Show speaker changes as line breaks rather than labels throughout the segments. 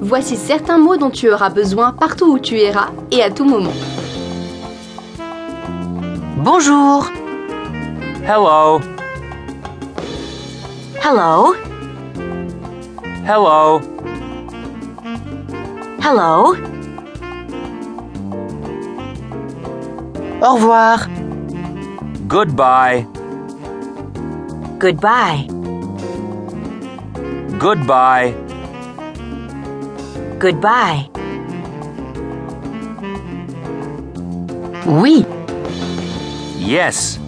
Voici certains mots dont tu auras besoin partout où tu iras et à tout moment.
Bonjour.
Hello.
Hello.
Hello.
Hello. Au revoir.
Goodbye.
Goodbye.
Goodbye.
Goodbye. Oui.
Yes.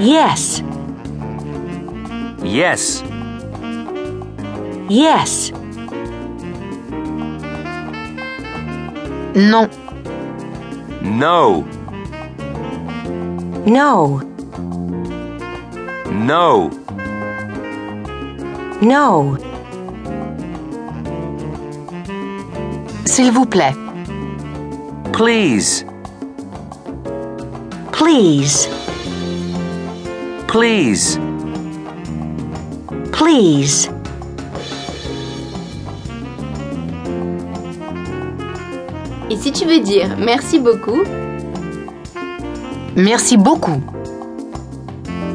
Yes.
Yes.
Yes. Non.
No.
No.
No.
No. S'il vous plaît.
Please.
Please.
Please.
Please.
Et si tu veux dire merci beaucoup,
Merci beaucoup.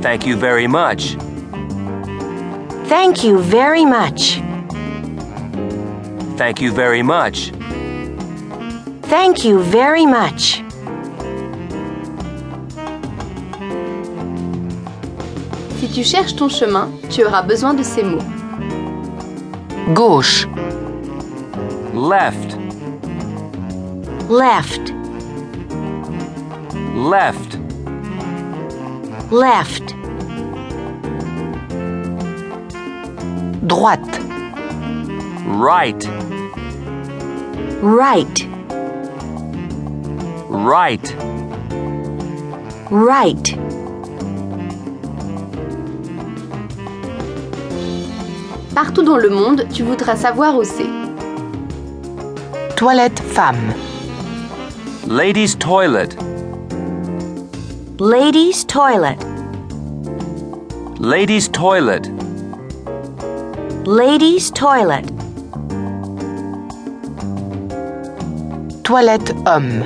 Thank you very much.
Thank you very much.
Thank you very much.
Thank you very much.
si tu cherches ton chemin, tu auras besoin de ces mots.
Gauche.
Left.
Left.
Left.
Left. Droite.
Right.
Right.
Right.
Right.
Partout dans le monde, tu voudras savoir où c'est.
Toilette femme.
Ladies' toilet.
Ladies toilet.
Ladies' toilet.
Ladies toilet. Toilette homme.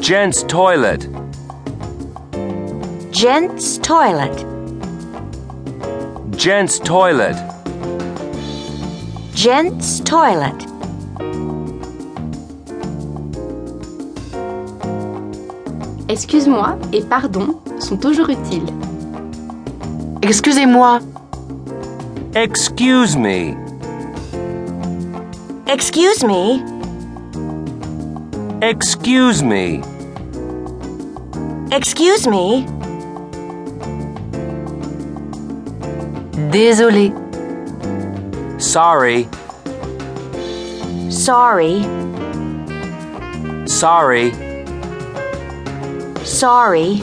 Gents' toilet.
Gents toilet.
Gents' toilet.
Gents toilet.
Excuse-moi et pardon sont toujours utiles.
Excusez-moi.
Excuse me.
Excuse me.
Excuse me.
Excuse me. Désolé.
Sorry.
Sorry.
Sorry.
Sorry.